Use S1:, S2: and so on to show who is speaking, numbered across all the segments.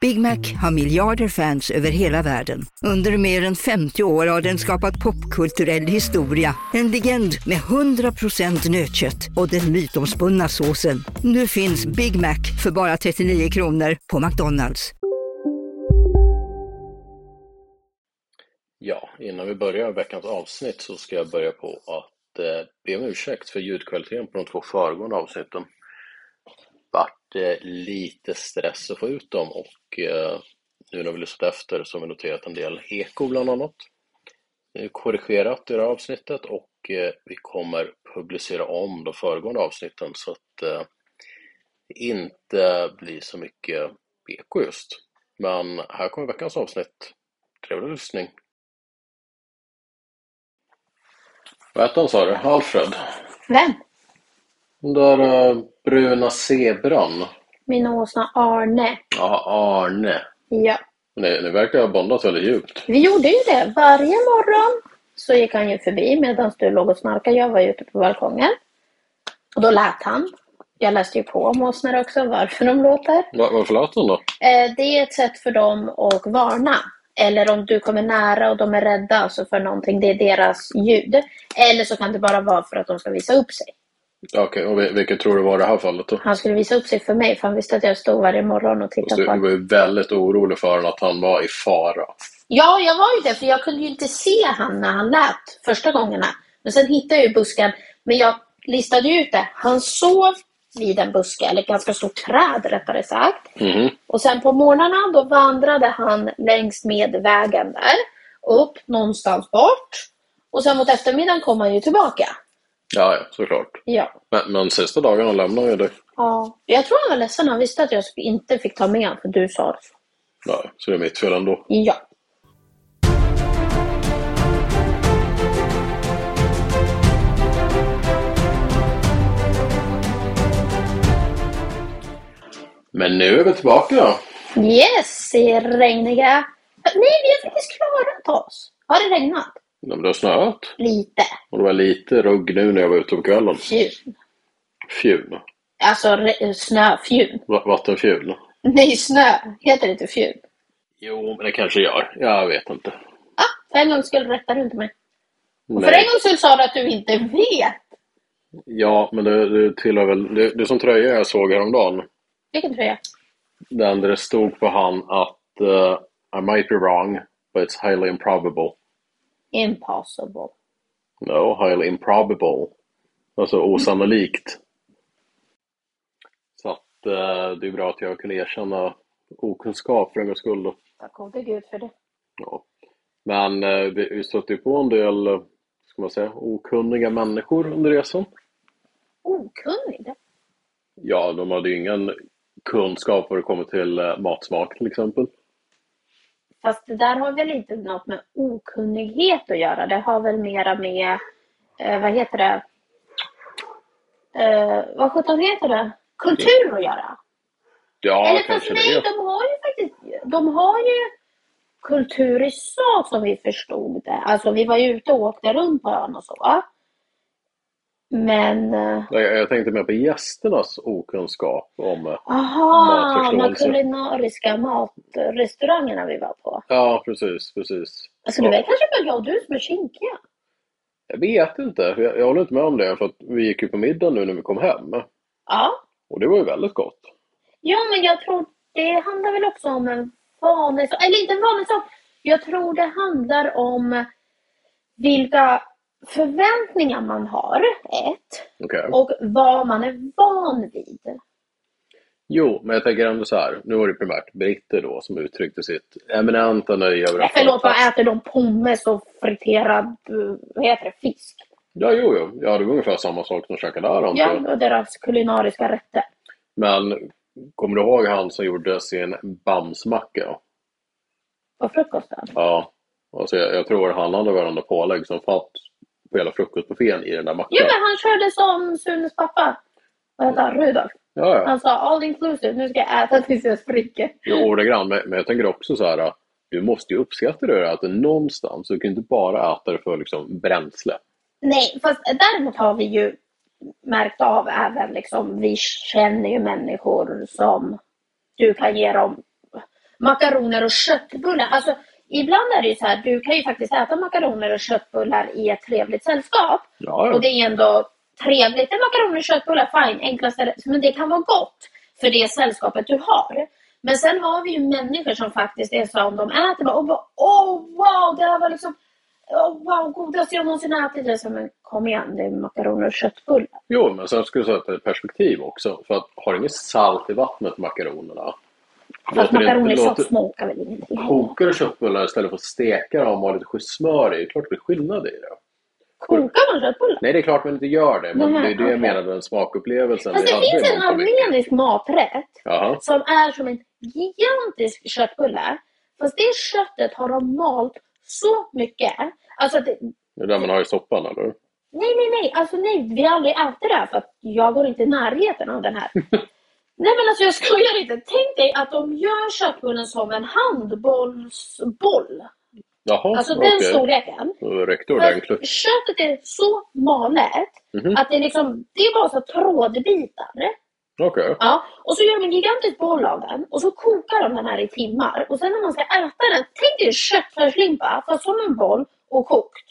S1: Big Mac har miljarder fans över hela världen. Under mer än 50 år har den skapat popkulturell historia. En legend med 100% nötkött och den mytomspunna såsen. Nu finns Big Mac för bara 39 kronor på McDonalds.
S2: Ja, innan vi börjar veckans avsnitt så ska jag börja på att eh, be om ursäkt för ljudkvaliteten på de två föregående avsnitten. Vart eh, lite stress att få ut dem och eh, nu när vi lyssnat efter så har vi noterat en del eko bland annat. Nu korrigerat det här avsnittet och eh, vi kommer publicera om de föregående avsnitten så att eh, det inte blir så mycket eko just. Men här kommer veckans avsnitt. Trevlig lyssning! Vad hette han sa du? Alfred?
S3: Vem?
S2: Den där eh, bruna zebran?
S3: Min åsna Arne.
S2: Ja, Arne.
S3: Ja.
S2: Nu, nu verkar jag ha bondat väldigt djupt.
S3: Vi gjorde ju det. Varje morgon så gick han ju förbi medan du låg och snarkade. Jag var ute på balkongen. Och då lät han. Jag läste ju på om åsnor också, varför de låter.
S2: Va- Varför lät den då?
S3: Eh, Det är ett sätt för dem att varna. Eller om du kommer nära och de är rädda alltså för någonting, det är deras ljud. Eller så kan det bara vara för att de ska visa upp sig.
S2: Ja, Okej, och vil- vilket tror du var det här fallet då?
S3: Han skulle visa upp sig för mig, för han visste att jag stod varje morgon och
S2: Så
S3: tittade
S2: du
S3: på
S2: var
S3: honom.
S2: ju väldigt orolig för honom att han var i fara.
S3: Ja, jag var ju det, för jag kunde ju inte se han när han lät första gångerna. Men sen hittade jag ju busken, men jag listade ju ut det. Han sov vid en buske, eller ett ganska stort träd rättare sagt.
S2: Mhm.
S3: Och sen på morgnarna då vandrade han längs med vägen där, upp någonstans bort. Och sen mot eftermiddagen kom han ju tillbaka.
S2: Ja, ja, såklart.
S3: Ja.
S2: Men, men sista dagen han lämnade ju dig.
S3: ja. Jag tror han var ledsen, han visste att jag inte fick ta med honom, för du sa det.
S2: Nej, så det är mitt fel ändå.
S3: Ja.
S2: Men nu är vi tillbaka.
S3: Yes, i regniga... Nej, vi har faktiskt klarat oss. Har det regnat?
S2: Ja, men Det har snöat.
S3: Lite.
S2: Och det var lite rugg nu när jag var ute på kvällen.
S3: Fjun.
S2: Fjun.
S3: Alltså re- snöfjun.
S2: Va- Vattenfjun.
S3: Nej, snö. Heter det inte fjun?
S2: Jo, men det kanske gör. Jag vet inte.
S3: Ah, för en gång skulle rätta du inte mig. Och för
S2: Nej.
S3: en gång skulle sa du att du inte vet.
S2: Ja, men du, du tillhör väl... Du, du som tröja jag såg häromdagen,
S3: Vilken tröja?
S2: den där det stod på han att eh, I might be wrong, but it's highly improbable.
S3: Impossible.
S2: No, highly improbable. Alltså osannolikt. Så att eh, det är bra att jag kunde erkänna okunskap för en gångs skull. då.
S3: Tack gode gud för det.
S2: Ja. Men eh, vi vi stötte ju på en del, eh, ska man säga, okunniga människor under resan.
S3: Okunnig?
S2: Ja, de hade ju ingen kunskap vad det kommer till eh, matsmak till exempel.
S3: Fast det där har väl inte något med okunnighet att göra. Det har väl mera med, eh, vad heter det, eh, vad sjutton heter det? Kultur att göra.
S2: Ja,
S3: Eller fast
S2: kanske
S3: nej,
S2: det.
S3: de har ju faktiskt, de har ju kultur i sak som vi förstod det. Alltså vi var ju ute och åkte runt på ön och så. va? Men, eh,
S2: Nej, Jag, jag tänkte mer på gästernas okunskap om... eh,
S3: aha, de här
S2: Matförståelse.
S3: kulinariska matrestaurangerna vi var på.
S2: Ja, precis, precis.
S3: Alltså det
S2: Ja.
S3: var kanske bara jag och du som är kinkiga.
S2: Jag vet inte, jag, jag håller inte med om det. För att vi gick ju på middag nu när vi kom hem.
S3: Ja.
S2: Och det var ju väldigt gott.
S3: Ja, men jag tror det handlar väl också om en vanesak. Eller inte en vanesak. Jag tror det handlar om vilka förväntningar man har, ett.
S2: Okej.
S3: Och vad man är van vid.
S2: Jo, men jag tänker ändå så här. Nu var det primärt britter då som uttryckte sitt eminenta nöje över
S3: Nej,
S2: att...
S3: förlåt, vad äter de? Pommes och friterad, eh, vad heter det, fisk?
S2: Ja, jo, jo. Ja, det var ungefär samma sak som käkade där antar jag.
S3: Ja, och deras kulinariska rätter.
S2: Men kommer du ihåg han som gjorde sin Bamsmacka?
S3: På frukosten.
S2: Ja. Alltså, jag, jag tror han hade varandra pålägg som fatt på hela frukostbuffén i den där mackan.
S3: Jo, men han körde som Sunes pappa. Vad heter han? Rudolf.
S2: Ja, ja.
S3: Han sa all inclusive, nu ska jag äta tills jag spricker.
S2: Jo, ordagrant. Men, men jag tänker också så här. Du måste ju uppskatta det där, att det någonstans. Du kan ju inte bara äta det för liksom bränsle.
S3: Nej, fast däremot har vi ju märkt av även liksom, vi känner ju människor som du kan ge dem makaroner och köttbullar. Alltså, ibland är det ju så här, du kan ju faktiskt äta makaroner och köttbullar i ett trevligt sällskap.
S2: Ja, ja.
S3: Och det är ändå trevligt. En makaroner och köttbullar, fine, enklaste, men det kan vara gott för det sällskapet du har. Men sen har vi ju människor som faktiskt är så om de äter bara, och bara, oh wow, det här var liksom Oh, wow, godaste jag någonsin ätit. Jag sa, men kom igen, det är makaroner och köttbullar.
S2: Jo, men sen skulle jag sätta ett perspektiv också. För att har du inget salt i vattnet i makaronerna.
S3: Fast
S2: Låter det-
S3: makaroner i
S2: låter-
S3: sås smakar väl ingenting.
S2: Kokar du köttbullar istället för att steka dem och ha lite schysst smör i. Det är klart det blir skillnad i det.
S3: Kokar man köttbullar?
S2: Nej, det är klart man inte gör det. Men
S3: Nej,
S2: det är det
S3: okej.
S2: jag menar med smakupplevelsen.
S3: Fast det
S2: hade vi
S3: finns en
S2: mångt och mycket.
S3: armenisk maträtt
S2: Jaha.
S3: som är som en gigantisk köttbulle. Fast det köttet har de malt så mycket. Alltså, att det,
S2: Det är där man har i soppan, eller?
S3: nej, nej, nej. Alltså, nej, vi har aldrig ätit det här för att jag går inte i närheten av den här. nej, men alltså jag skojar inte. Tänk dig att de gör köttbullen som en handbollsboll.
S2: Jaha,
S3: Alltså
S2: okej.
S3: den storleken.
S2: Då räckte
S3: För
S2: ordentligt.
S3: köttet är så malet att det, är liksom, det är bara så trådbitar.
S2: Okej.
S3: Ja, och så gör de en gigantisk boll av den och så kokar de den här i timmar. Och sen när man ska äta den, tänk dig en köttfärslimpa fast som en boll och kokt.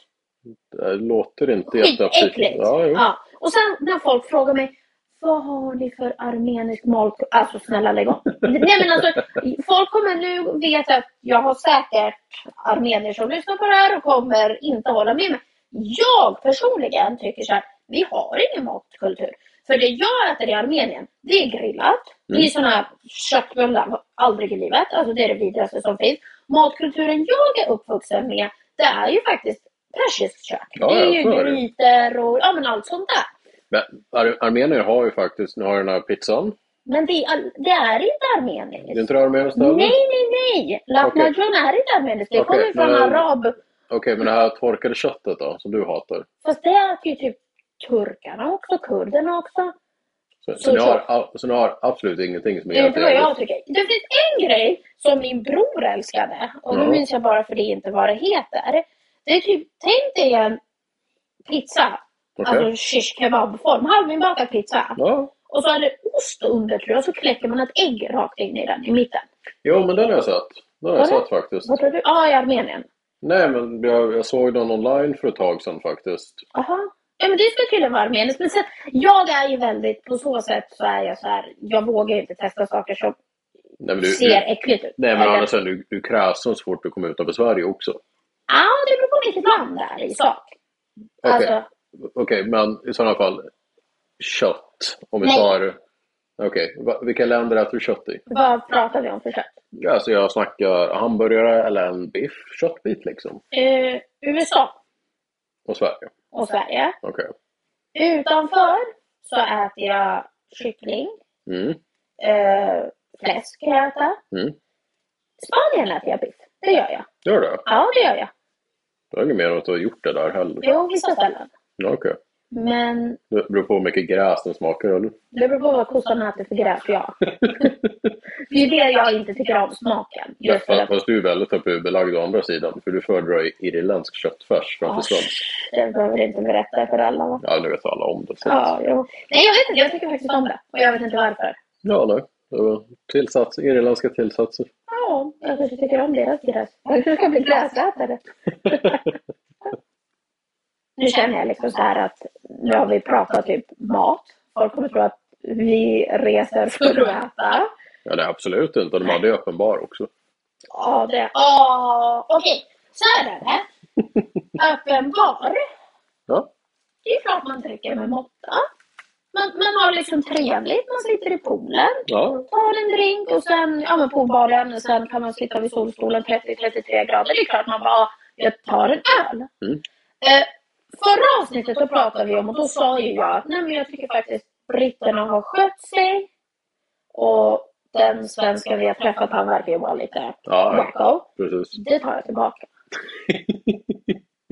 S2: Det låter inte
S3: Skitäckligt!
S2: Ja, jo.
S3: Ja. Och sen när folk frågar mig vad har ni för armenisk malk... Alltså snälla lägg av. Nej men alltså, folk kommer nu veta att jag har säkert armenier som lyssnar på det här och kommer inte hålla med mig. Jag personligen tycker så här, vi har ingen matkultur. För det jag äter i Armenien, det är grillat. Det
S2: Mm.
S3: är sådana här köttbullar, aldrig i livet. Alltså det är det vidrigaste som finns. Matkulturen jag är uppvuxen med, det är ju faktiskt persiskt kök.
S2: Ja,
S3: det är
S2: ja,
S3: ju
S2: så är det.
S3: grytor och ja, men allt sånt där.
S2: Men Ar- armenier har ju faktiskt, nu har jag den här pizzan.
S3: Men det, är all- det är inte
S2: Det är
S3: armeniskt.
S2: inte det armeniskt
S3: Nej,
S2: eller?
S3: nej, nej! Lahmacun är inte armeniskt. Det
S2: Okej,
S3: kommer ju från
S2: men-
S3: arab...
S2: Okej, men det här torkade köttet då, som du hatar.
S3: Fast det äter ju typ turkarna också, kurderna också.
S2: Så, så,
S3: Så-
S2: ni, har,
S3: så.
S2: a- så ni har absolut ingenting som
S3: Det är inte vad
S2: egentligen-
S3: Eh, jag tycker. Det finns en grej som min bror älskade. Och nu
S2: Ja.
S3: minns jag bara för det inte vad det heter. Det är typ, tänk dig en pizza.
S2: Okej.
S3: Alltså shish kebab-form. Halvinbakad pizza.
S2: Ja.
S3: Och så är det ost under tror jag. Så kläcker man ett ägg rakt in i den i mitten.
S2: Jo, men den har jag sett. Den har jag
S3: Var det?
S2: sett faktiskt.
S3: Vad tror du? Ja, i Armenien.
S2: Nej, men jag, jag såg den online för ett tag sedan faktiskt.
S3: Aha. Ja, men det ska tydligen vara armeniskt. Men sen, jag är ju väldigt, på så sätt så är jag så här, jag vågar ju inte testa saker som
S2: Nej, men du, du,
S3: ser äckligt ut.
S2: nej, men
S3: Eller-
S2: annars är du, du är kräsen så fort du kommer utanför Sverige också.
S3: Ja, det beror på vilket land det är i sak.
S2: Okej.
S3: Alltså,
S2: Okej, men i sådana fall kött. Om vi
S3: Nej.
S2: tar... Okej, va- vilka länder äter du kött i?
S3: vad pratar vi om för kött?
S2: Ja, Alltså jag snackar hamburgare eller en biff, köttbit liksom.
S3: Eh, USA
S2: Och Sverige.
S3: och Sverige.
S2: Okej.
S3: Utanför så äter jag kyckling.
S2: Mm.
S3: Eh, fläsk kan jag äta.
S2: Mm.
S3: Spanien äter jag biff. Det gör jag.
S2: Gör det?
S3: Ja, det gör jag.
S2: Du har inget mer att du har gjort det där heller?
S3: Jo, vissa ställen.
S2: Ja, Okej.
S3: Men
S2: Det beror på hur mycket gräs den smakar eller?
S3: Det beror på vad kossan äter för gräs, ja. det är ju det jag inte tycker om, smaken. Just för
S2: Fast,
S3: att
S2: fast du är väldigt tabubelagd å andra sidan. För du föredrar ju irländsk köttfärs framför
S3: Ja.
S2: svensk.
S3: jag behöver inte berätta för alla. Va?
S2: Ja, nu vet alla om det. Så.
S3: Ja, jo. Nej, jag vet inte. Jag tycker faktiskt om det. Och jag vet inte varför.
S2: Ja, nej. Det var tillsats, irländska tillsatser.
S3: Ja, jag kanske tycker om deras gräs. Jag kanske ska bli gräsätare. nu känner jag liksom så här att nu har vi pratat typ mat. Folk kommer tro att vi reser för att äta.
S2: Ja, nej, absolut inte. De hade ju öppen bar också.
S3: Ja, det... Ja, okej. Så här är det. Öppen bar.
S2: Ja.
S3: Det är klart man dricker med måtta. man, man har liksom trevligt, man sitter i poolen,
S2: Ja,
S3: tar en drink och sen, ja men poolbaren, och sen kan man sitta vid solstolen 30-33 grader. Det är klart man bara, jag tar en öl.
S2: Mm.
S3: Eh, förra avsnittet då pratade vi om, och då sa ju jag att nej men jag tycker faktiskt britterna har skött sig. Och den svensken vi har träffat, han verkar ju vara lite
S2: Ja, ja.
S3: wacko.
S2: precis.
S3: Det tar jag tillbaka.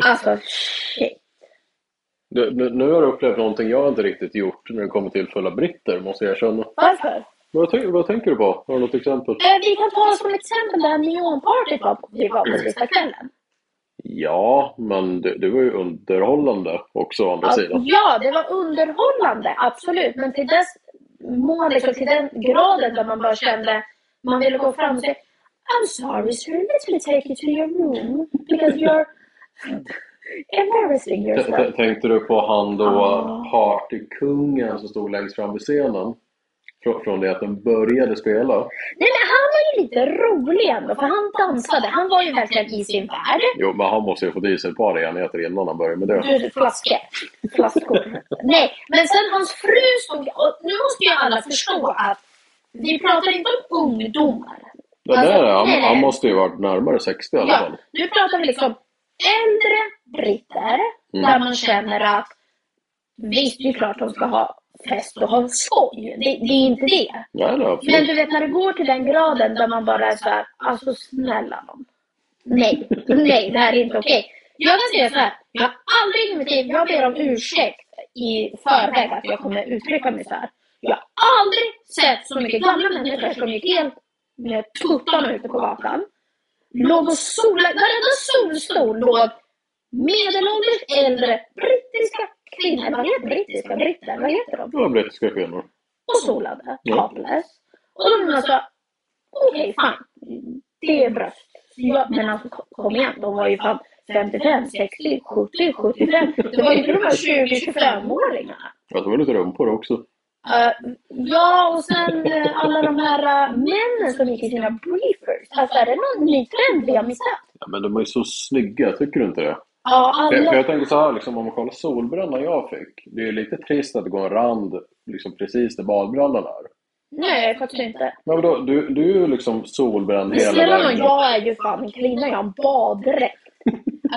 S3: alltså, shit.
S2: Nu, nu, nu har du upplevt någonting jag inte riktigt gjort när det kommer till fulla britter, måste jag erkänna.
S3: Varför?
S2: Vad, tänk- vad tänker du på? Har du något exempel?
S3: Eh, vi kan ta som exempel det här neonpartyt var på- vi var på sista kvällen.
S2: Ja, men det, det var ju underhållande också å andra
S3: Alltså,
S2: sidan.
S3: ja, det var underhållande, absolut. Men till dess mån, liksom, till den graden där man bara kände, man ville gå fram och säga I'm sorry sir, let me take you to your room. Because you're embarrassing
S2: T- t-
S3: yourself.
S2: Tänkte du på han då,
S3: Ah.
S2: partykungen som stod längst fram i scenen? Frå- Från det att den började spela?
S3: Nej men han var ju lite rolig ändå, för han dansade. Han var ju verkligen i sin värld.
S2: Jo, men han måste ju få i sig ett par enheter innan han börjar med det.
S3: Du, flaskor. Flaskor. Nej, men sen hans fru stod... Och nu måste ju alla förstå att vi pratar inte om ungdomar.
S2: Det
S3: Alltså,
S2: där, han,
S3: nej, nej.
S2: han måste ju varit närmare 60 i alla
S3: Ja,
S2: fall.
S3: nu pratar vi liksom äldre britter
S2: Mm.
S3: där man känner att visst, det är klart de ska ha fest och ha skoj. Det, det är inte det.
S2: Nej, nej, absolut.
S3: Men du vet när det går till den graden där man bara är så här, alltså snälla nån. Nej, nej, det här är inte okej. Jag kan säga så här, jag har aldrig i mitt liv, jag ber om ursäkt i förväg att jag kommer uttrycka mig så här. Jag har aldrig sett så mycket gamla människor som gick helt med tuttarna ute på gatan. Låg och solade, varenda solstol låg medelålders, äldre, brittiska kvinnor. Vad heter brittiska britter? Vad heter de?
S2: Det var brittiska kvinnor.
S3: och solade
S2: Ja.
S3: topless. Och de menar så, okej fine, det är bra. Ja, men alltså kom- kom igen, de var ju fan 55, 60, 70, 75. Det var ju inte de här 20-25-åringarna.
S2: Ja, det var lite rumpor också.
S3: Eh, ja, och sen eh, alla de här eh, männen som gick i sina briefers. Alltså är det någon ny trend vi har missat?
S2: Ja, men de är ju så snygga, tycker du inte det?
S3: Ja,
S2: För, för
S3: alla...
S2: jag tänker så här, liksom, om man kollar solbrännan jag fick. Det är ju lite trist att det går en rand liksom, precis där badbrännan är.
S3: Nej, faktiskt inte.
S2: Men vadå, du, du är ju liksom solbränd
S3: Men
S2: hela
S3: snälla nån,
S2: vägen.
S3: jag är ju fan en kvinna, jag har en baddräkt.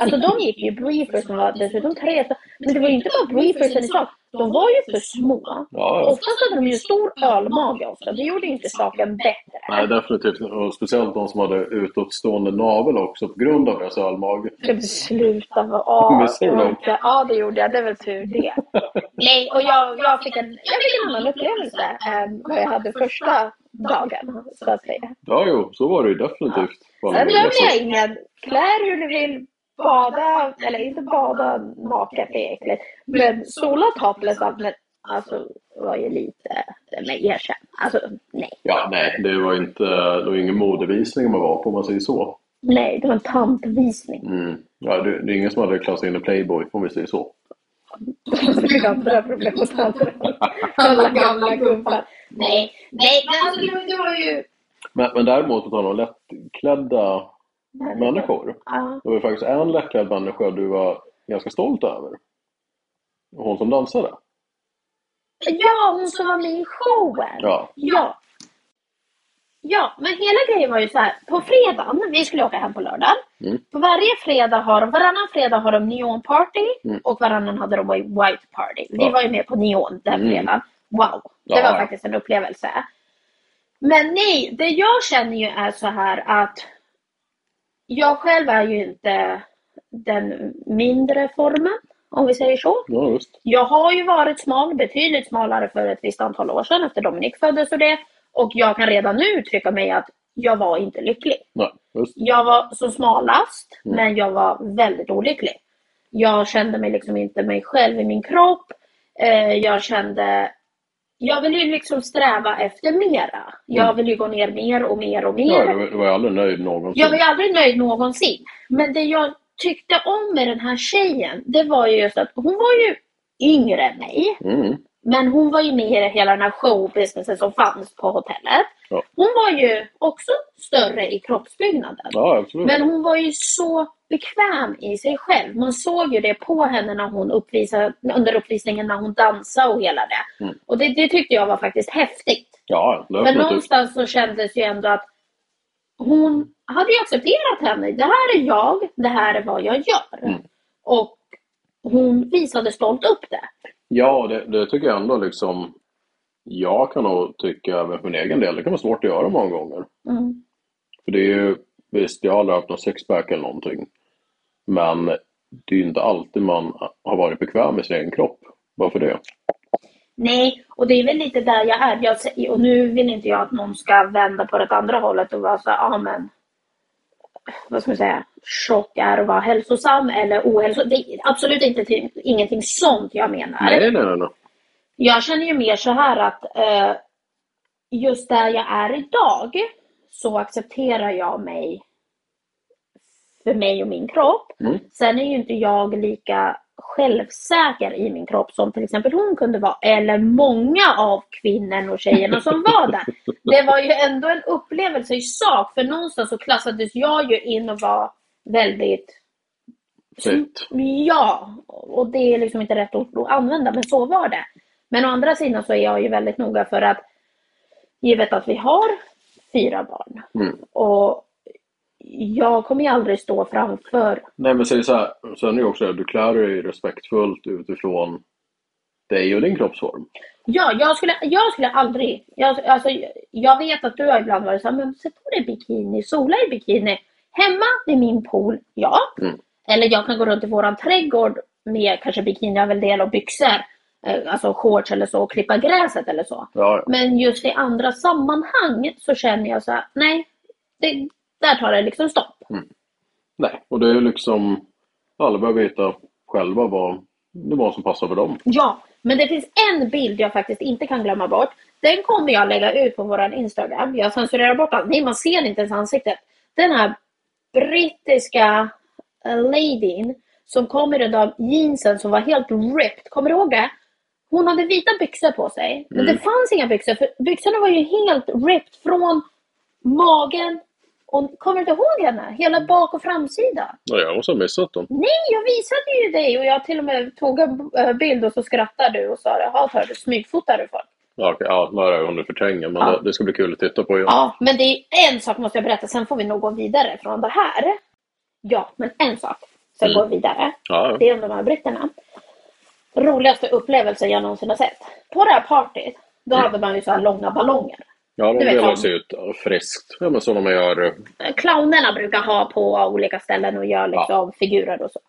S3: Alltså de gick ju i briefers som var dessutom tre. Men det var ju inte bara briefersen i sak. De var ju för små.
S2: Ja, ja.
S3: Oftast hade de ju stor ölmage ofta. Det gjorde ju inte saken bättre.
S2: Nej, definitivt. Och speciellt de som hade utåtstående navel också på grund av deras ölmage.
S3: Jag beslutade mig av.
S2: Men ser du?
S3: Ja, det gjorde jag. Det är väl tur det. Nej, och jag, jag, fick, en, jag fick en annan upplevelse än vad jag hade första dagen, så att säga.
S2: Ja, jo, så var det ju definitivt. Alltså, Fan,
S3: Sen
S2: det
S3: dömer
S2: var
S3: jag
S2: så-
S3: ingen. Klä er hur ni vill. Bada, eller inte bada naket, det är äckligt. Men sola topless, men alltså var ju lite, men erkänn. Alltså nej,
S2: Ja, nej, det var inte, det var ju ingen modevisning man var på, om man säger så.
S3: nej, det var en tantvisning.
S2: Mm. Ja, det, det är ingen som hade klassat in i Playboy, om vi säger så.
S3: Vi har andra problem hos tanter. Alla gamla gubbar. Nej, nej, men alltså det var- det var ju...
S2: Men, men däremot, på tal om lättklädda människor.
S3: Ja,
S2: Det var ju faktiskt en lättklädd människa du var ganska stolt över. Hon som dansade.
S3: Ja, hon som var med i showen.
S2: Ja.
S3: Ja. Ja, men hela grejen var ju så här. På fredagen, vi skulle åka hem på lördagen.
S2: Mm.
S3: På varje fredag har de, varannan fredag har de neonparty
S2: Mm.
S3: och varannan hade de white party. Vi
S2: Ja.
S3: var ju med på neon den
S2: Mm.
S3: fredagen. Wow, det
S2: Ja,
S3: var
S2: ja.
S3: faktiskt en upplevelse. Men nej, det jag känner ju är så här att jag själv är ju inte den mindre formen, om vi säger så.
S2: Ja, just.
S3: Jag har ju varit smal, betydligt smalare för ett visst antal år sedan efter Dominik föddes och det. Och jag kan redan nu uttrycka mig att jag var inte lycklig.
S2: Nej, just.
S3: Jag var som smalast,
S2: Mm.
S3: men jag var väldigt olycklig. Jag kände mig liksom inte mig själv i min kropp. Eh, jag kände... Jag ville ju liksom sträva efter mera. Jag
S2: Mm.
S3: ville ju gå ner mer och mer och mer.
S2: Ja, du, var- du var ju aldrig nöjd någonsin.
S3: Jag var ju aldrig nöjd någonsin. Men det jag tyckte om med den här tjejen, det var ju just att hon var ju yngre än mig.
S2: Mm.
S3: Men hon var ju med i hela den här showbusinessen som fanns på hotellet.
S2: Ja.
S3: Hon var ju också större i kroppsbyggnaden.
S2: Ja, Mm. absolut.
S3: Men hon var ju så bekväm i sig själv. Man såg ju det på henne när hon uppvisade, under uppvisningen när hon dansade och hela det.
S2: Mm.
S3: Och det, det tyckte jag var faktiskt häftigt.
S2: Ja, det
S3: Men
S2: absolut.
S3: någonstans så kändes ju ändå att hon hade ju accepterat henne. Det här är jag, det här är vad jag gör. Och hon visade stolt upp det.
S2: Ja, det, det tycker jag ändå liksom. Jag kan nog tycka, även för min egen del, det kan vara svårt att göra många gånger.
S3: Mm.
S2: För det är ju, visst, jag har aldrig haft någon sexpack eller någonting. Men det är ju inte alltid man har varit bekväm med sin egen kropp. Varför det?
S3: Nej, och det är väl lite där jag är. Jag, sä- och nu vill inte jag att någon ska vända på det andra hållet och vara så här, ah, men vad ska man säga, tjock är att vara hälsosam eller ohälsosam. Det är absolut inte till, ingenting sånt jag menar.
S2: Nej, nej, nej. nej.
S3: Jag känner ju mer så här att eh, just där jag är idag så accepterar jag mig för mig och min kropp.
S2: Mm.
S3: Sen är ju inte jag lika självsäker i min kropp som till exempel hon kunde vara. Eller många av kvinnorna och tjejerna som var där. Det var ju ändå en upplevelse i sak. För någonstans så klassades jag ju in och var väldigt Mm.
S2: Fritt.
S3: Ja, och det är liksom inte rätt ord att använda, men så var det. Men å andra sidan så är jag ju väldigt noga för att givet att vi har fyra barn
S2: Mm.
S3: och jag kommer ju aldrig stå framför.
S2: Nej, men säg så här. Sen är det ju också det, du klär dig respektfullt utifrån dig och din kroppsform.
S3: Ja, jag skulle, jag skulle aldrig... Jag, alltså, jag vet att du har ibland varit så här, men sätt på dig bikini, sola i bikini. Hemma vid min pool, ja.
S2: Mm.
S3: Eller jag kan gå runt i våran trädgård med kanske bikiniöverdel och byxor, eh, alltså shorts eller så, och klippa gräset eller så.
S2: Ja, ja.
S3: Men just i andra sammanhang så känner jag så här, nej, det, där tar det liksom stopp.
S2: Nej, och det är ju liksom... Alla behöver hitta själva vad det var som passar för dem.
S3: Ja, men det finns en bild jag faktiskt inte kan glömma bort. Den kommer jag lägga ut på våran Instagram. Jag censurerar bort allt. Nej, man ser inte ens ansiktet. Den här brittiska eh, ladyn som kom i den där jeansen som var helt ripped. Kommer du ihåg det? Hon hade vita byxor på sig. Men det fanns inga byxor. För byxorna var ju helt ripped från magen. Och, kommer du inte ihåg henne? Hela bak och framsida.
S2: Ja, jag måste ha missat dem.
S3: Nej, jag visade ju dig och jag till och med tog en eh, bild och så skrattade du och sa jaha, hör du smygfotar du folk?
S2: Ja, okej, ja, det har jag hunnit förtränga, men
S3: Ja.
S2: det, det ska bli kul att titta på igen.
S3: Ja, men det är en sak måste jag berätta, sen får vi nog gå vidare från det här. Ja, men en sak, sen
S2: Mm.
S3: går vi vidare.
S2: Ja, ja.
S3: Det är om de här britterna. Roligaste upplevelsen jag någonsin har sett. På det här partyt, då
S2: Mm.
S3: hade man ju så här långa ballonger.
S2: ja de
S3: du vet
S2: delar
S3: dem.
S2: sig ut ja, friskt. Ja, men som de gör. eh,
S3: clownerna brukar ha på olika ställen och gör liksom figurer och så.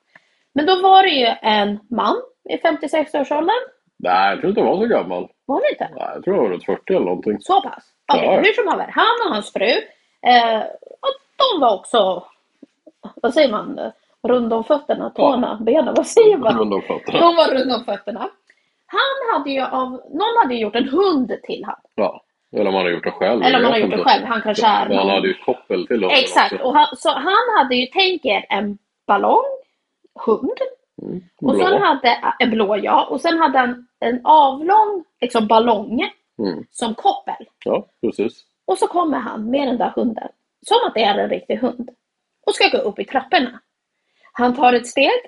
S3: Men då var det ju en man i 56-årsåldern.
S2: Nej, jag tror inte han var så gammal.
S3: Var det inte?
S2: Nej, jag tror han var runt 40 eller någonting.
S3: Så pass? Okej,
S2: Ja, ja.
S3: hur som haver. Han och hans fru, eh, och de var också, vad säger man, eh, rund om fötterna, tårna, benen, vad säger man?
S2: Runt om fötterna.
S3: De var rund om fötterna. Han hade ju av, någon hade ju gjort en hund till han.
S2: Ja. Eller om han har gjort det själv.
S3: Eller om han har
S2: jag vet
S3: gjort det
S2: inte.
S3: själv, han kanske är
S2: Men han
S3: någon-
S2: hade ju ett koppel till honom
S3: Exakt,
S2: också.
S3: och han, så han hade ju, tänk er en ballong, hund, och
S2: Mm, Blå.
S3: sen hade, en blå ja, och sen hade han en avlång liksom, ballong
S2: Mm.
S3: som koppel.
S2: Ja, precis.
S3: Och så kommer han med den där hunden, som att det är en riktig hund, och ska gå upp i trapporna. Han tar ett steg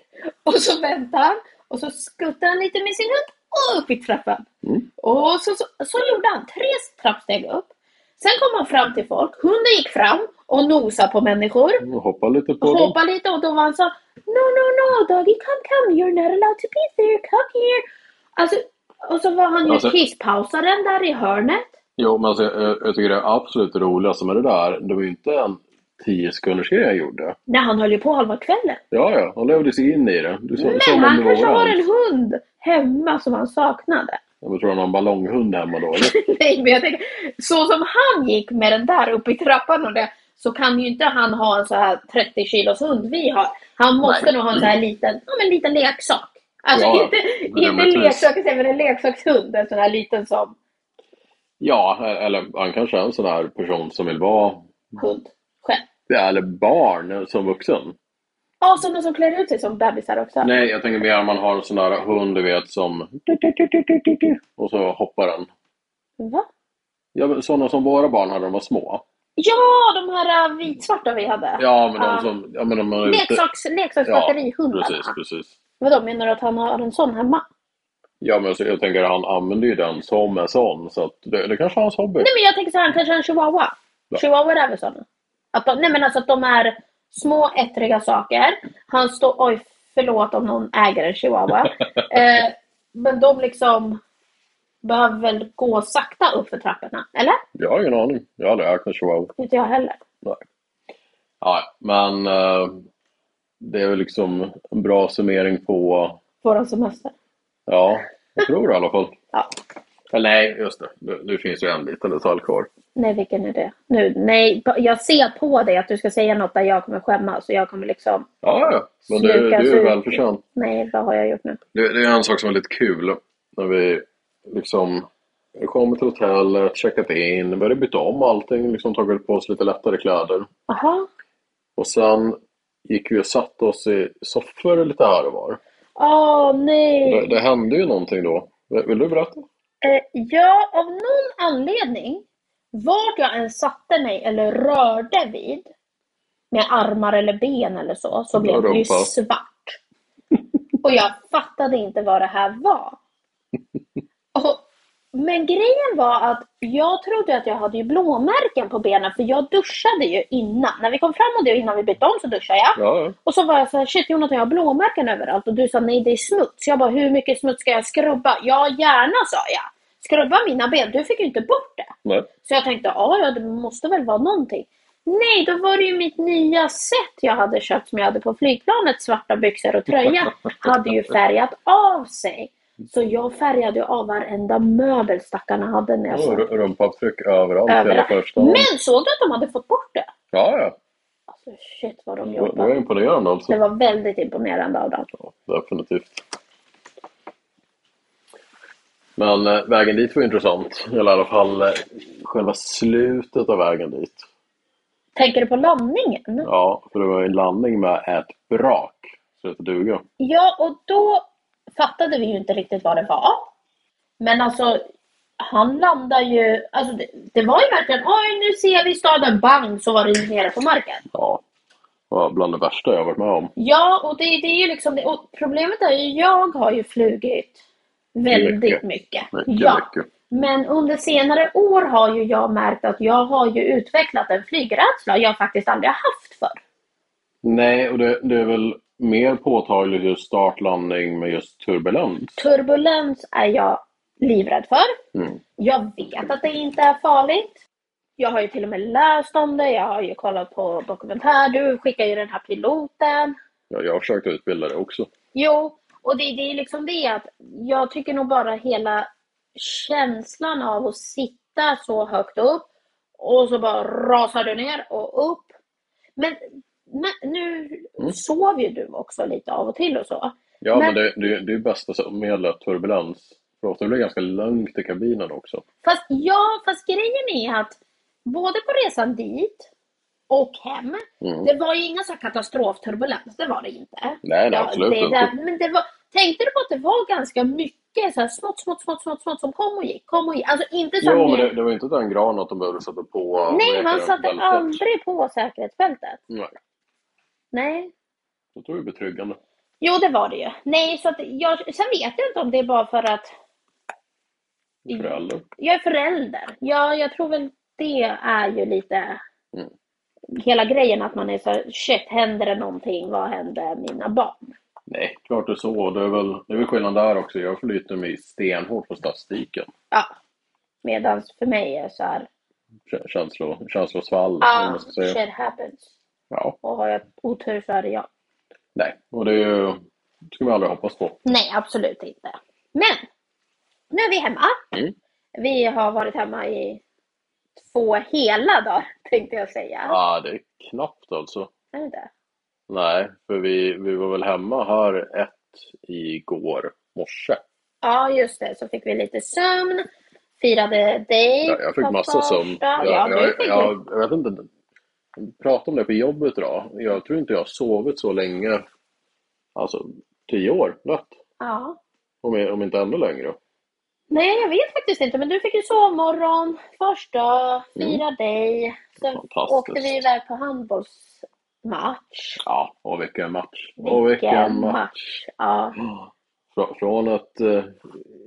S3: och så väntar han och så skuttar han lite med sin hund och upp i trappan. Och så, så, så gjorde han tre trappsteg upp. Sen kom han fram till folk, hunden gick fram och nosade på människor,
S2: Och Hoppa lite på dem.
S3: hoppade lite och då var han så No, no, no, doggy, come, come, you're not allowed to be there, come here. Alltså, och så var han ju
S2: Alltså-
S3: kisspausaren där i hörnet.
S2: Jo, men alltså, jag, jag tycker det absolut roligaste med det där, det var ju inte en 10 sekunders grej han gjorde.
S3: När han höll ju på halva kvällen.
S2: Ja, ja, han levde sig in i det. Du, som, som
S3: Men
S2: om
S3: han
S2: det var
S3: kanske har
S2: han.
S3: en hund hemma som han saknade.
S2: Jag tror han har en ballonghund hemma då, eller?
S3: Nej, men jag tänker, så som han gick med den där uppe i trappan och det, så kan ju inte han ha en så här 30 kilos hund vi har. Han måste nog ha en så här liten, ja, men en liten leksak. Alltså
S2: Ja,
S3: inte,
S2: men
S3: inte
S2: precis.
S3: leksak, men en leksakshund. En sån här liten som
S2: Ja, eller han kanske är en sån Mm. här person som vill vara,
S3: hund själv.
S2: eller barn som vuxen.
S3: Ja, sådana som klär ut sig som bebisar också.
S2: Nej, jag tänker mer om man har en sån där hund, du vet, som... Och så hoppar den.
S3: Va?
S2: Ja, men såna som våra barn hade när de var små.
S3: Ja, de här äh, vitsvarta vi hade.
S2: Ja, men
S3: Ja.
S2: de som... Ja, men de har ute-
S3: Leksaks,
S2: Ja,
S3: leksaksbatterihundarna.
S2: precis, precis.
S3: Vadå, menar du att han har en sån hemma?
S2: Ja, men så, jag tänker han använder ju den som en sån, så att det, det kanske är hans hobby.
S3: Nej men jag tänker så här, kanske en chihuahua.
S2: Ja.
S3: Chihuahua är väl sådana? Att de, nej men alltså att de är små ettriga saker. Han står, oj förlåt om någon äger en chihuahua. eh, men de liksom behöver väl gå sakta upp för trapporna, eller?
S2: Jag har ingen aning. Jag har aldrig ägt en chihuahua.
S3: Inte jag heller.
S2: Nej. Ja, men eh, det är väl liksom en bra summering på...
S3: Våran semester.
S2: Ja, jag tror det i alla fall.
S3: Ja.
S2: Eller nej, just det. Nu, nu finns ju en liten detalj kvar.
S3: Nej, vilken är det? Nu, nej, ba- jag ser på dig att du ska säga något där jag kommer skämmas. Så jag kommer liksom,
S2: Ja, ja. Men du,
S3: Slukas
S2: du är
S3: ut.
S2: välförtjänt.
S3: nej vad har jag gjort nu?
S2: Det, det är en sak som är lite kul. När vi liksom kommer till hotellet, checkat in, börjat byta om allting, liksom tagit på oss lite lättare kläder.
S3: Jaha.
S2: Och sen gick vi och satte oss i soffor lite här och var.
S3: Åh
S2: Det,
S3: nej.
S2: det hände ju någonting då. Vill vill du berätta?
S3: Eh, ja, av någon anledning, vart jag än satte mig eller rörde vid, med armar eller ben eller så, så blev det ju
S2: rumpa.
S3: svart. Och jag fattade inte vad det här var. Och, men grejen var att jag trodde att jag hade ju blåmärken på benen, för jag duschade ju innan. När vi kom fram och det och innan vi bytte om så duschade jag.
S2: Ja, ja.
S3: Och så var jag så här, shit Jonathan jag har blåmärken överallt och du sa nej det är smuts. Jag bara, hur mycket smuts ska jag skrubba? Ja gärna sa jag. Skrubba mina ben, du fick ju inte bort det.
S2: Nej.
S3: Så jag tänkte, ja ja det måste väl vara någonting. Nej, då var det ju mitt nya set jag hade köpt som jag hade på flygplanet, svarta byxor och tröja, hade ju färgat av sig. Så jag färgade ju av varenda möbel stackarna hade när jag
S2: Oh,
S3: satt
S2: ru- Rumpavtryck överallt hela
S3: Alltså. överallt.
S2: första
S3: Men såg du att de hade fått bort det?
S2: Ja, ja.
S3: Alltså shit vad de
S2: Det- Det var
S3: jobbade.
S2: imponerande alltså.
S3: Det var väldigt imponerande av dem.
S2: Definitivt. Men eh, vägen dit var intressant. Eller i alla fall eh, själva slutet av vägen dit.
S3: Tänker du på landningen? Ja.
S2: Ja, för det var ju en landning med ett brak. Så det duga.
S3: och då fattade vi ju inte riktigt vad det var. Men alltså, han landar ju... Alltså det, det var ju verkligen, oj nu ser vi staden, bang så var det nere på marken.
S2: Ja. Det var bland det värsta jag har varit med om.
S3: Ja, och det, det är ju liksom det. Och problemet är ju, jag har ju flugit väldigt
S2: Mycket.
S3: mycket.
S2: Mycket,
S3: ja.
S2: mycket.
S3: Men under senare år har ju jag märkt att jag har ju utvecklat en flygrädsla jag faktiskt aldrig har haft förr.
S2: Nej, och det, det är väl mer påtagligt just startlandning med just turbulens.
S3: Turbulens är jag livrädd för.
S2: Mm.
S3: Jag vet att det inte är farligt. Jag har ju till och med läst om det. Jag har ju kollat på dokumentär. Du skickar ju den här piloten.
S2: Ja, jag har försökt utbilda det också.
S3: Jo, och det, det är liksom det att jag tycker nog bara hela känslan av att sitta så högt upp och så bara rasar du ner och upp. Men, men nu sov ju du också lite av och till och så.
S2: Ja, men,
S3: Men-
S2: det, det, det är bästa medlet, turbulens. För ofta blir det ganska lugnt i kabinen också.
S3: Fast ja, fast grejen är att både på resan dit och hem,
S2: Mm.
S3: det var ju inga så här katastrofturbulens, det var det inte.
S2: Nej, nej,
S3: Ja,
S2: absolut
S3: det,
S2: inte.
S3: det- men det var, tänkte du på att det var ganska mycket så här smått, smått, smått, smått, smått som kom och gick, kom och gick. Alltså inte så
S2: Jo, men
S3: mer-
S2: det, det var inte den gran att de behövde sätta på... vad
S3: Nej,
S2: heter
S3: han
S2: det,
S3: satte
S2: bältet.
S3: aldrig på säkerhetsbältet.
S2: Nej,
S3: Nej.
S2: det tror jag är betryggande.
S3: Jo, det var det ju. Nej, så att jag, sen vet jag inte om det är bara för att
S2: Förälder.
S3: jag är förälder. Ja, jag tror väl det är ju lite
S2: Mm.
S3: hela grejen att man är så här, shit, händer det någonting? Vad händer mina barn?
S2: Nej, klart det är så. Det är väl, det är väl skillnad där också. Jag förlitar mig stenhårt på statistiken.
S3: Ja. Medan för mig är så här,
S2: K- Känslo, känslosvall, om
S3: ah,
S2: man ska säga.
S3: shit happens.
S2: Ja,
S3: Och har jag otur så är det jag.
S2: nej. Och det är ju... Det ska vi aldrig hoppas på.
S3: Nej, absolut inte. Men! Nu är vi hemma.
S2: Mm.
S3: Vi har varit hemma i två hela dagar, tänkte jag säga.
S2: Ja, ah, det är knappt alltså.
S3: Är det det?
S2: Nej, för vi, vi var väl hemma här ett igår morse.
S3: Ja, just det. Så fick vi lite sömn. Firade dig.
S2: Ja, jag fick
S3: på
S2: massa sömn.
S3: första-
S2: Jag,
S3: Ja, du
S2: jag,
S3: fick
S2: jag, jag vet inte. pratade om det på jobbet idag. Jag tror inte jag har sovit så länge, alltså tio år lätt.
S3: Ja.
S2: Om, om inte ännu längre.
S3: Nej, jag vet faktiskt inte. Men du fick ju sovmorgon, första, fira dig. Sen
S2: Mm. Fantastiskt.
S3: åkte vi iväg på handbollsmatch.
S2: Ja, och vilken match. Och vilken match.
S3: Ja.
S2: Frå- Från ett eh,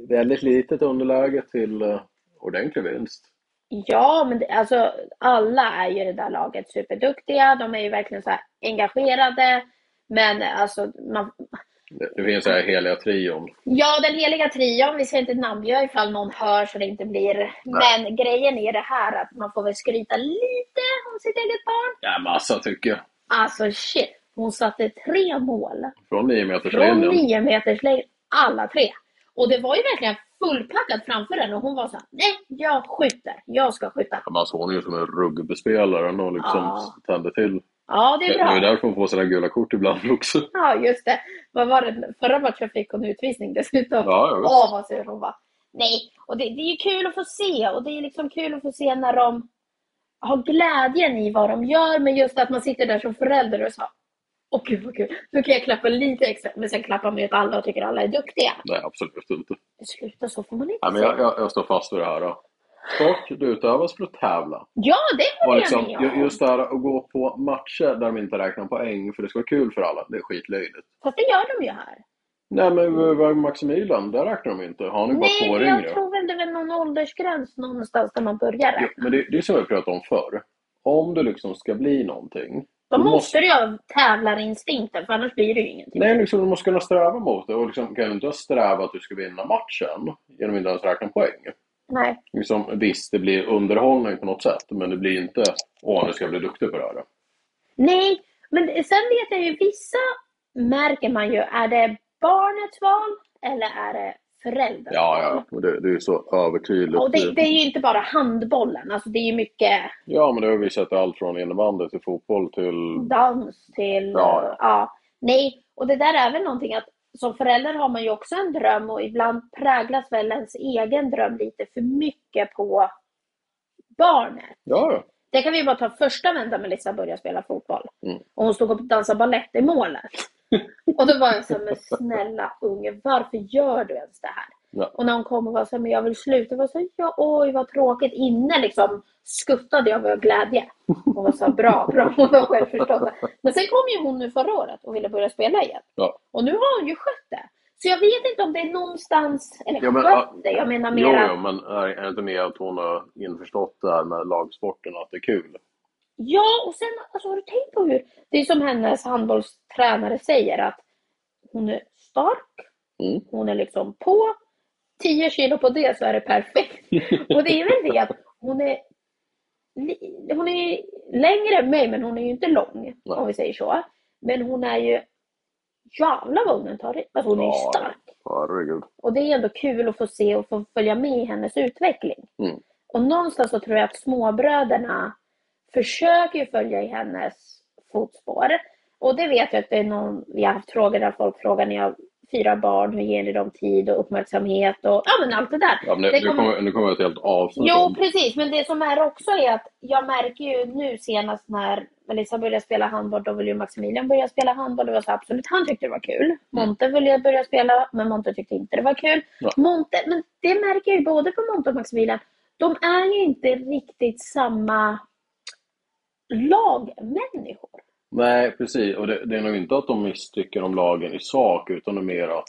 S2: väldigt litet underläge till eh, ordentlig vinst.
S3: ja, men det, alltså alla är ju i det där laget superduktiga. De är ju verkligen så här engagerade. Men alltså, man,
S2: Det, det finns den här heliga trion.
S3: Ja, den heliga trion. Vi ska inte namnge ifall någon hör så det inte blir... Men grejen är det här att man får väl skryta lite om sitt eget barn.
S2: Ja, massa tycker jag.
S3: Alltså shit, hon satte tre mål
S2: Från nio meters
S3: från
S2: linjen.
S3: nio meters längd, alla tre. Och det var ju verkligen fullpackat framför henne och hon var så här, nej, jag skjuter, jag ska skjuta.
S2: Ja, Man såg hon ju som en rugbyspelare och liksom
S3: Ja.
S2: tände till.
S3: Ja, det
S2: Det
S3: är
S2: är ju
S3: bra.
S2: därför hon får sina gula kort ibland också.
S3: Ja, just det. Vad var det? Förra matchen fick hon utvisning dessutom.
S2: Ja, jag vet.
S3: Åh, vad sur hon var. Nej, och det, det är ju kul att få se och det är liksom kul att få se när de har glädjen i vad de gör, men just att man sitter där som förälder och så Åh gud vad kul, nu kan jag klappa lite extra. Men sen klappar man ju åt alla och tycker alla är duktiga.
S2: Nej, absolut inte.
S3: Sluta, så får man inte
S2: Nej, men
S3: säga.
S2: jag, jag, jag står fast vid det här. Då. Sport, det utövas för att tävla.
S3: Ja, det
S2: Och
S3: håller
S2: liksom,
S3: jag med
S2: ju-
S3: om.
S2: just det här att gå på matcher där de inte räknar poäng för det ska vara kul för alla, det är skitlöjligt.
S3: Fast det gör de ju här.
S2: Nej men v- v- Maximilian, där räknar de inte. Han är ju bara
S3: Nej,
S2: två år
S3: för jag
S2: yngre.
S3: tror väl det är väl någon åldersgräns någonstans där man börjar
S2: Jo,
S3: räkna.
S2: men det, det är som jag pratade om förr. Om du liksom ska bli någonting.
S3: Då
S2: du
S3: måste du ju ha tävlarinstinkten, för annars blir det ju ingenting.
S2: Nej, liksom, du måste kunna sträva mot det. Och liksom, kan du inte sträva att du ska vinna matchen genom att inte ens räkna poäng?
S3: Nej.
S2: Liksom, visst, det blir underhållning på något sätt, men det blir inte åh, nu ska jag bli duktig på det här.
S3: Nej, men sen vet jag ju vissa märker man ju, är det barnets val eller är det föräldrarnas
S2: Ja,
S3: val?
S2: ja, men det, det är ju så övertydligt. typ.
S3: Och det, det är ju inte bara handbollen, alltså det är ju mycket
S2: Ja, men det har vi sett allt från innebandy till fotboll till...
S3: dans till...
S2: Ja,
S3: Ja.
S2: ja.
S3: Nej, och det där är väl någonting att som förälder har man ju också en dröm och ibland präglas väl ens egen dröm lite för mycket på barnet.
S2: Ja, ja.
S3: Det kan vi ju bara ta första vändan Melissa började spela fotboll.
S2: Mm.
S3: Och hon stod och dansade ballett i målet. och då var jag så här, men snälla unge, varför gör du ens det här?
S2: Ja.
S3: Och när hon kom och var så här, men jag vill sluta. Jag var så här, ja, oj vad tråkigt. Inne liksom skuttade jag av glädje. Hon var så här, bra, bra. Hon var självförstående. Men sen kom ju hon nu förra året och ville börja spela igen.
S2: Ja.
S3: Och nu har hon ju skött det. Så jag vet inte om det är någonstans, eller
S2: Ja, men,
S3: skött
S2: ja,
S3: det, jag menar
S2: Jo,
S3: mera...
S2: jo, men är är det inte mer att hon har införstått det här med lagsporten, att det är kul?
S3: Ja, och sen alltså, har du tänkt på hur... Det är som hennes handbollstränare säger att hon är stark,
S2: Mm.
S3: hon är liksom på. 10 kilo på det så är det perfekt. Och det är väl det att hon är... li- Hon är längre än mig, men hon är ju inte lång,
S2: Nej.
S3: om vi säger så. Men hon är ju... Jävlar vad hon tar det. Alltså hon är ju
S2: Ja,
S3: stark.
S2: Herregud.
S3: Och det är ändå kul att få se och få följa med i hennes utveckling.
S2: Mm.
S3: Och någonstans så tror jag att småbröderna försöker ju följa i hennes fotspår. Och det vet jag att det är någon, vi har haft frågor där folk frågar när jag har fyra barn, hur ger ni dem tid och uppmärksamhet och ja men allt det där.
S2: Ja, men nu,
S3: Det
S2: nu,
S3: kommer-
S2: kommer, nu kommer jag ett helt avsnitt
S3: Jo,
S2: om-
S3: precis. Men det som är också är att jag märker ju nu senast när Melissa började spela handboll, då ville ju Maximilian börja spela handboll. Det var så här, absolut, han tyckte det var kul. Monte ville börja spela, men Monte tyckte inte det var kul.
S2: Ja.
S3: Monte, men det märker jag ju både på Monte och Maximilian. De är ju inte riktigt samma lagmänniskor.
S2: Nej, precis. Och det, det är nog inte att de misstycker om lagen i sak, utan det är mer att...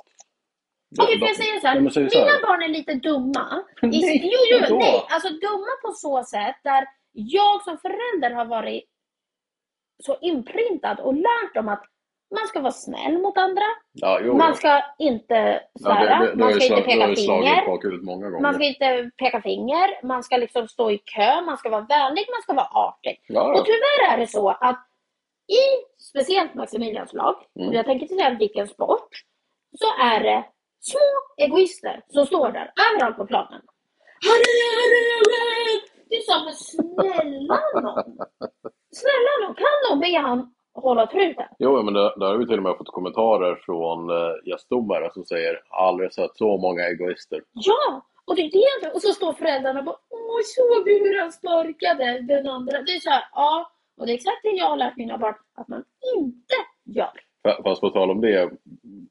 S3: Okej,
S2: de-
S3: får jag säga så här?
S2: Nej, men säg så här.
S3: Mina barn är lite dumma. I,
S2: Nej,
S3: jo, jo,
S2: vadå?
S3: nej. Alltså dumma på så sätt där jag som förälder har varit så inprintad och lärt dem att man ska vara snäll mot andra.
S2: Ja, jo,
S3: Man
S2: jo.
S3: ska inte svära.
S2: Ja, det, det, det har
S3: man
S2: ju
S3: ska inte
S2: slag- det har
S3: peka
S2: ju slagit
S3: finger.
S2: bakut många gånger.
S3: Man ska inte peka finger. Man ska liksom stå i kö. Man ska vara vänlig. Man ska vara artig.
S2: Ja,
S3: Och tyvärr är det så att i speciellt Maximilians lag,
S2: Mm.
S3: och jag tänker till exempel vilken sport, så är det små egoister som står där överallt på planen. Harry, Harry, Harry! Det är så, men snälla nån! Snälla nån, kan någon be han hålla truten?
S2: Jo, men där, där har vi till och med fått kommentarer från eh, gästdomare som säger aldrig sett så många egoister.
S3: Ja! Och det är det jag inte- Och så står föräldrarna och bara Åh, såg du hur han sparkade den andra? Det är så här, ja. Och det är exakt det jag har lärt mina barn att man inte gör.
S2: Fa- Fast på tal om det,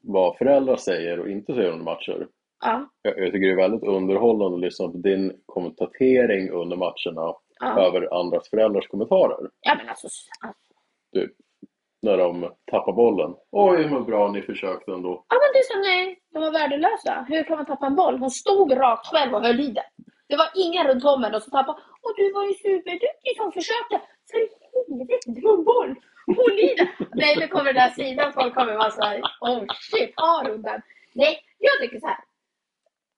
S2: vad föräldrar säger och inte säger under matcher.
S3: Ja,
S2: Jag, jag tycker det är väldigt underhållande att lyssna på din kommentatering under matcherna
S3: ja.
S2: över andras föräldrars kommentarer.
S3: ja men alltså, alltså,
S2: Typ, när de tappar bollen. Oj, vad bra ni försökte ändå.
S3: ja men det är som nej, de var värdelösa. Hur kan man tappa en boll? Hon stod rakt själv och höll i den. Det var ingen runt om henne och så tappade Och du var ju superduktig som försökte. För helvete, det var en boll. Håll i den. Nej, nu kommer den där sidan. Folk kommer vara så här, oh shit, har hon den? Nej, jag tycker så här.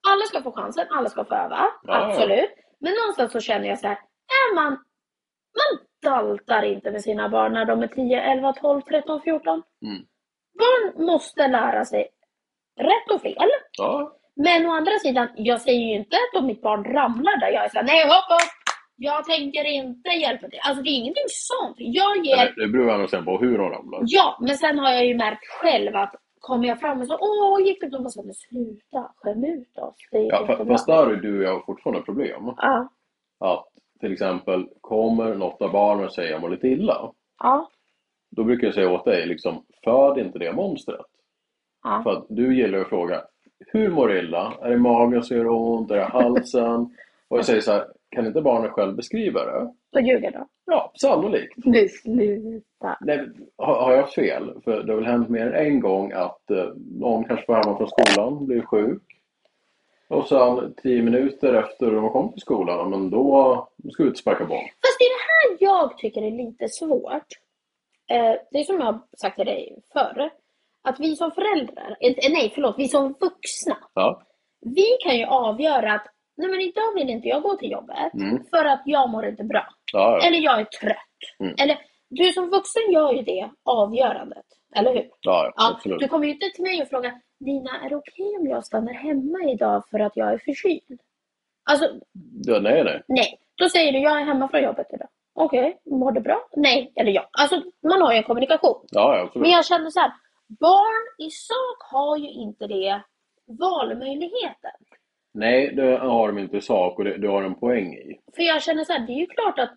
S3: Alla ska få chansen, alla ska få öva.
S2: Ja.
S3: Absolut. Men någonstans så känner jag så här, är man, man daltar inte med sina barn när de är 10, 11, 12, 13, 14.
S2: Mm.
S3: Barn måste lära sig rätt och fel.
S2: Ja,
S3: Men å andra sidan, jag säger ju inte att om mitt barn ramlar där, jag är såhär, nej hopp upp! Jag tänker inte hjälpa dig. Alltså det är ingenting sånt. Jag ger
S2: det beror ändå sen på hur de ramlar.
S3: Ja, men sen har jag ju märkt själv att kommer jag fram och så åh, gick det bra? Och så, men sluta, skäm ut oss. Det är
S2: Ja, fa-
S3: jättebra.
S2: fast där är du och jag fortfarande problem.
S3: Ja,
S2: Att till exempel, kommer något av barnen och säger jag mår lite illa.
S3: ja,
S2: Då brukar jag säga åt dig, liksom, föd inte det monstret. För
S3: ja.
S2: att du gillar ju att fråga, hur mår du illa? Är det magen som gör ont? Är det halsen? Och jag säger så här, kan inte barnen själv beskriva det?
S3: Då ljuger de.
S2: Ja, sannolikt.
S3: Nu sluta.
S2: Nej, har har jag fel? För det har väl hänt mer än en gång att eh, någon kanske var hemma från skolan, blev sjuk. Och sen tio minuter efter de kom till skolan, ja, men då ska vi ut och sparka boll.
S3: Fast det är det här jag tycker är lite svårt. Eh, det är som jag har sagt till dig förr. Att vi som föräldrar, eh, nej förlåt, vi som vuxna
S2: Ja.
S3: Vi kan ju avgöra att nej men idag vill inte jag gå till jobbet
S2: Mm.
S3: för att jag mår inte bra.
S2: Ja, ja.
S3: Eller jag är trött.
S2: Mm.
S3: Eller du som vuxen gör ju det avgörandet. Eller hur?
S2: ja, ja,
S3: Ja,
S2: absolut.
S3: du kommer ju inte till mig och fråga Nina, är det okej om jag stannar hemma idag för att jag är förkyld? Alltså,
S2: Ja, nej, nej.
S3: nej. Då säger du, jag är hemma från jobbet idag. Okej, mår du bra? Nej, eller ja. Alltså, man har ju en kommunikation.
S2: Ja, ja, absolut.
S3: Men jag känner så här, barn i sak har ju inte det valmöjligheten.
S2: Nej, det har de inte i sak och det, det har de en poäng i.
S3: För jag känner så här, det är ju klart att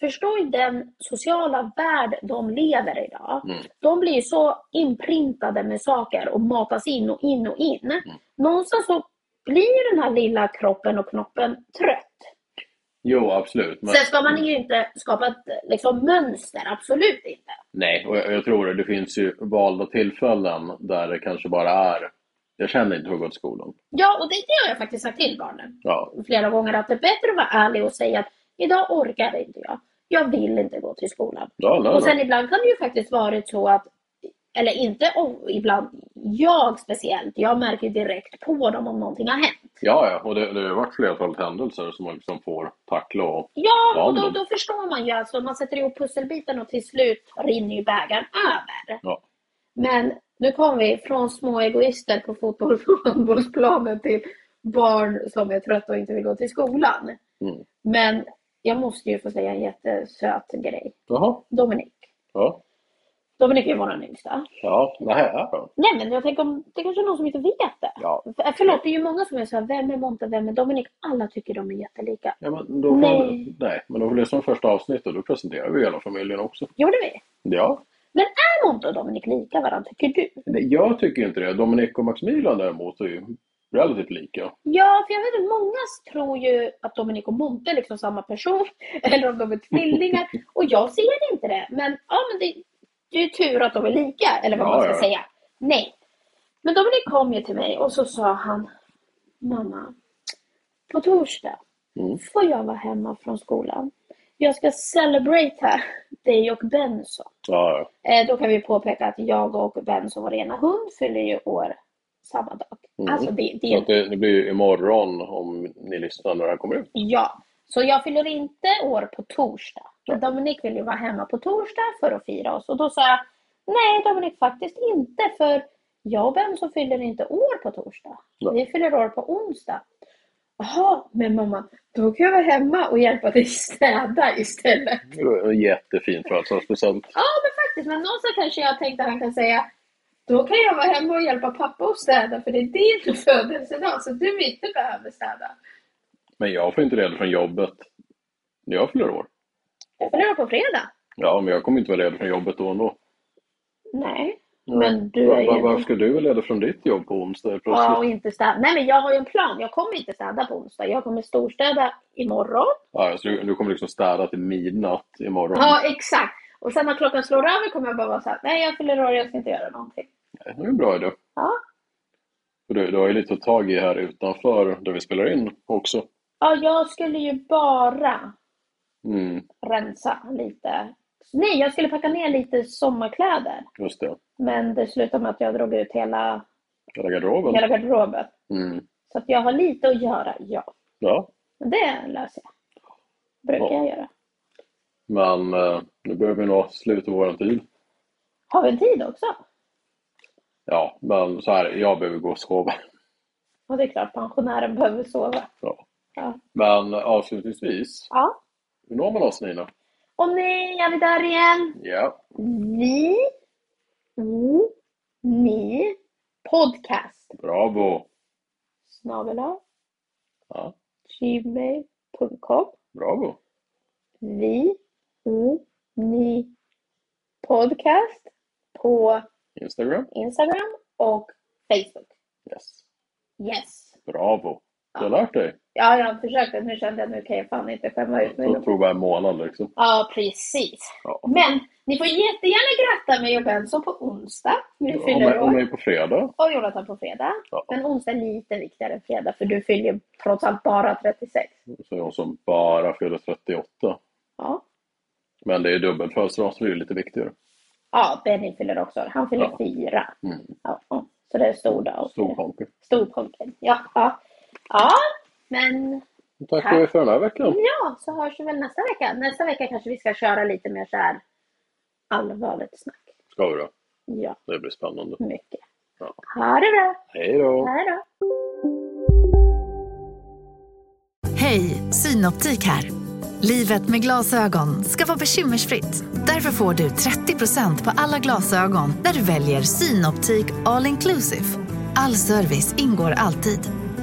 S3: förstå i den sociala värld de lever i idag.
S2: Mm.
S3: De blir ju så inprintade med saker och matas in och in och in. Någonstans så blir ju den här lilla kroppen och knoppen trött.
S2: Jo, absolut. Men,
S3: Sen ska man ju inte skapa ett liksom, mönster, absolut inte.
S2: nej, och jag, jag tror det. Det finns ju valda tillfällen där det kanske bara är, jag känner inte hur jag går till skolan.
S3: Ja, och det, det har jag faktiskt sagt till barnen
S2: Ja,
S3: flera gånger att det är bättre att vara ärlig och säga att idag orkar inte jag. Jag vill inte gå till skolan.
S2: ja, nej,
S3: Och sen
S2: nej.
S3: ibland kan det ju faktiskt varit så att, eller inte om- ibland, jag speciellt, jag märker ju direkt på dem om någonting har hänt.
S2: ja, ja. Och det, det har ju varit flertalet händelser som man liksom får tackla och
S3: Ja, och
S2: Ja,
S3: då,
S2: men-
S3: då förstår man ju alltså, man sätter ihop pusselbiten och till slut rinner ju bägaren över.
S2: Ja.
S3: Men nu kommer vi från små egoister på fotbolls och handbollsplanen till barn som är trötta och inte vill gå till skolan.
S2: Mm.
S3: Men jag måste ju få säga en jättesöt grej.
S2: Jaha,
S3: Dominik.
S2: ja.
S3: Dominik är ju våran yngsta.
S2: Ja, nej, ja.
S3: Nej men jag tänker om det kanske är någon som inte vet det.
S2: Ja.
S3: För, förlåt, det är ju många som är så här, vem är Monte, vem är Dominik? Alla tycker de är jättelika.
S2: ja men då får, nej.
S3: Nej.
S2: men då får det som första avsnittet och då presenterar vi hela familjen också.
S3: Gjorde vi?
S2: Ja,
S3: Men är Monte och Dominik lika varandra, tycker du?
S2: nej, jag tycker inte det. Dominic och Maximilian däremot är ju relativt lika.
S3: Ja, för jag vet att många tror ju att Dominik och Monte är liksom samma person. Eller om de är tvillingar. Och jag ser inte det. Men, ja, men det, det är ju tur att de är lika, eller vad
S2: Ja,
S3: man ska
S2: ja.
S3: säga. Nej. Men Dominik kom ju till mig och så sa han, mamma, på torsdag
S2: Mm.
S3: får jag vara hemma från skolan. Jag ska celebrata dig och Benson.
S2: Ja, ja.
S3: Eh, då kan vi påpeka att jag och Benson, vår ena hund, fyller ju år samma dag.
S2: Mm.
S3: Alltså det, det
S2: Så
S3: är
S2: att det, det blir ju imorgon om ni lyssnar när det här kommer ut.
S3: Ja, så jag fyller inte år på torsdag. Men Dominik vill ju vara hemma på torsdag för att fira oss. Och då sa jag, nej Dominik faktiskt inte för jag och Ben så fyller inte år på torsdag.
S2: Nej.
S3: Vi fyller år på onsdag. Jaha, men mamma, då kan jag vara hemma och hjälpa dig städa istället.
S2: Det var en Jättefin födelsedagspresent.
S3: Ja, men faktiskt, men någonstans kanske jag tänkte att han kan säga, då kan jag vara hemma och hjälpa pappa att städa för det är din födelsedag så du inte behöver städa.
S2: Men jag får inte ledigt från jobbet när jag fyller år.
S3: Jag fyller år på fredag.
S2: Ja, men jag kommer inte vara ledig från jobbet då ändå.
S3: Nej, men du
S2: Va-
S3: är
S2: va-
S3: ju...
S2: Varför ska du vara ledig från ditt jobb på onsdag
S3: Ja, och
S2: plötsligt?
S3: inte städa. Nej, men jag har ju en plan. Jag kommer inte städa på onsdag. Jag kommer storstäda imorgon.
S2: Ja, så du, du kommer liksom städa till midnatt imorgon.
S3: Ja, exakt. Och sen när klockan slår över kommer jag bara vara så här, nej jag fyller år, jag ska inte göra någonting.
S2: Det är en bra idé.
S3: Ja,
S2: För Du, du har ju lite att ta tag i här utanför där vi spelar in också.
S3: ja jag skulle ju bara
S2: Mm,
S3: rensa lite. Nej, jag skulle packa ner lite sommarkläder.
S2: just det.
S3: Men det slutade med att jag drog ut hela,
S2: Hela garderoben.
S3: hela garderoben.
S2: Mm.
S3: Så att jag har lite att göra, ja.
S2: Ja,
S3: Men det löser jag. Brukar
S2: Ja.
S3: jag göra.
S2: men eh, nu börjar vi nå slutet av vår tid.
S3: Har vi en tid också?
S2: Ja, men så här, jag behöver gå och sova.
S3: Ja, det är klart, pensionären behöver sova.
S2: Ja.
S3: Ja.
S2: Men eh, avslutningsvis,
S3: ja.
S2: hur når man oss Nina?
S3: Och nej, är vi där igen?
S2: Ja,
S3: Vi, o, ni, podcast,
S2: bravo.
S3: snabel
S2: Ja,
S3: gmail.com.
S2: bravo.
S3: Vi, o, ni, podcast på
S2: Instagram?
S3: Instagram och Facebook.
S2: Yes.
S3: Yes.
S2: Bravo. Du har lärt dig.
S3: Ja, jag försökte. Nu kände jag nu kan jag fan inte skämma ut mig.
S2: Det tog bara en månad liksom.
S3: Ja, precis.
S2: Ja.
S3: Men ni får jättegärna gratta mig och Benson på onsdag. Nu
S2: Om mig,
S3: fyller
S2: om
S3: år.
S2: mig på fredag.
S3: Och Jonathan på fredag.
S2: Ja.
S3: Men onsdag är lite viktigare än fredag för du fyller trots allt bara 36.
S2: Så är hon som bara fyller 38.
S3: Ja,
S2: Men det är dubbel födelsedag så det är lite viktigare.
S3: ja Benny fyller också år. Han fyller
S2: Ja.
S3: fyra.
S2: Mm.
S3: Ja, ja. Så det är en stor dag. och
S2: Stor
S3: fyra.
S2: kompis.
S3: Stor pojke. Ja, ja. ja, men
S2: Tack
S3: Tack.
S2: för den här veckan.
S3: ja, så hörs vi väl nästa vecka. Nästa vecka kanske vi ska köra lite mer så här allvarligt snack.
S2: Ska vi då.
S3: Ja,
S2: Det blir spännande.
S3: mycket.
S2: Ja.
S3: Ha det bra!
S2: Hej då.
S3: Hej då!
S4: Hej, Synoptik här. Livet med glasögon ska vara bekymmersfritt. Därför får du 30% på alla glasögon när du väljer Synoptik All Inclusive. All service ingår alltid.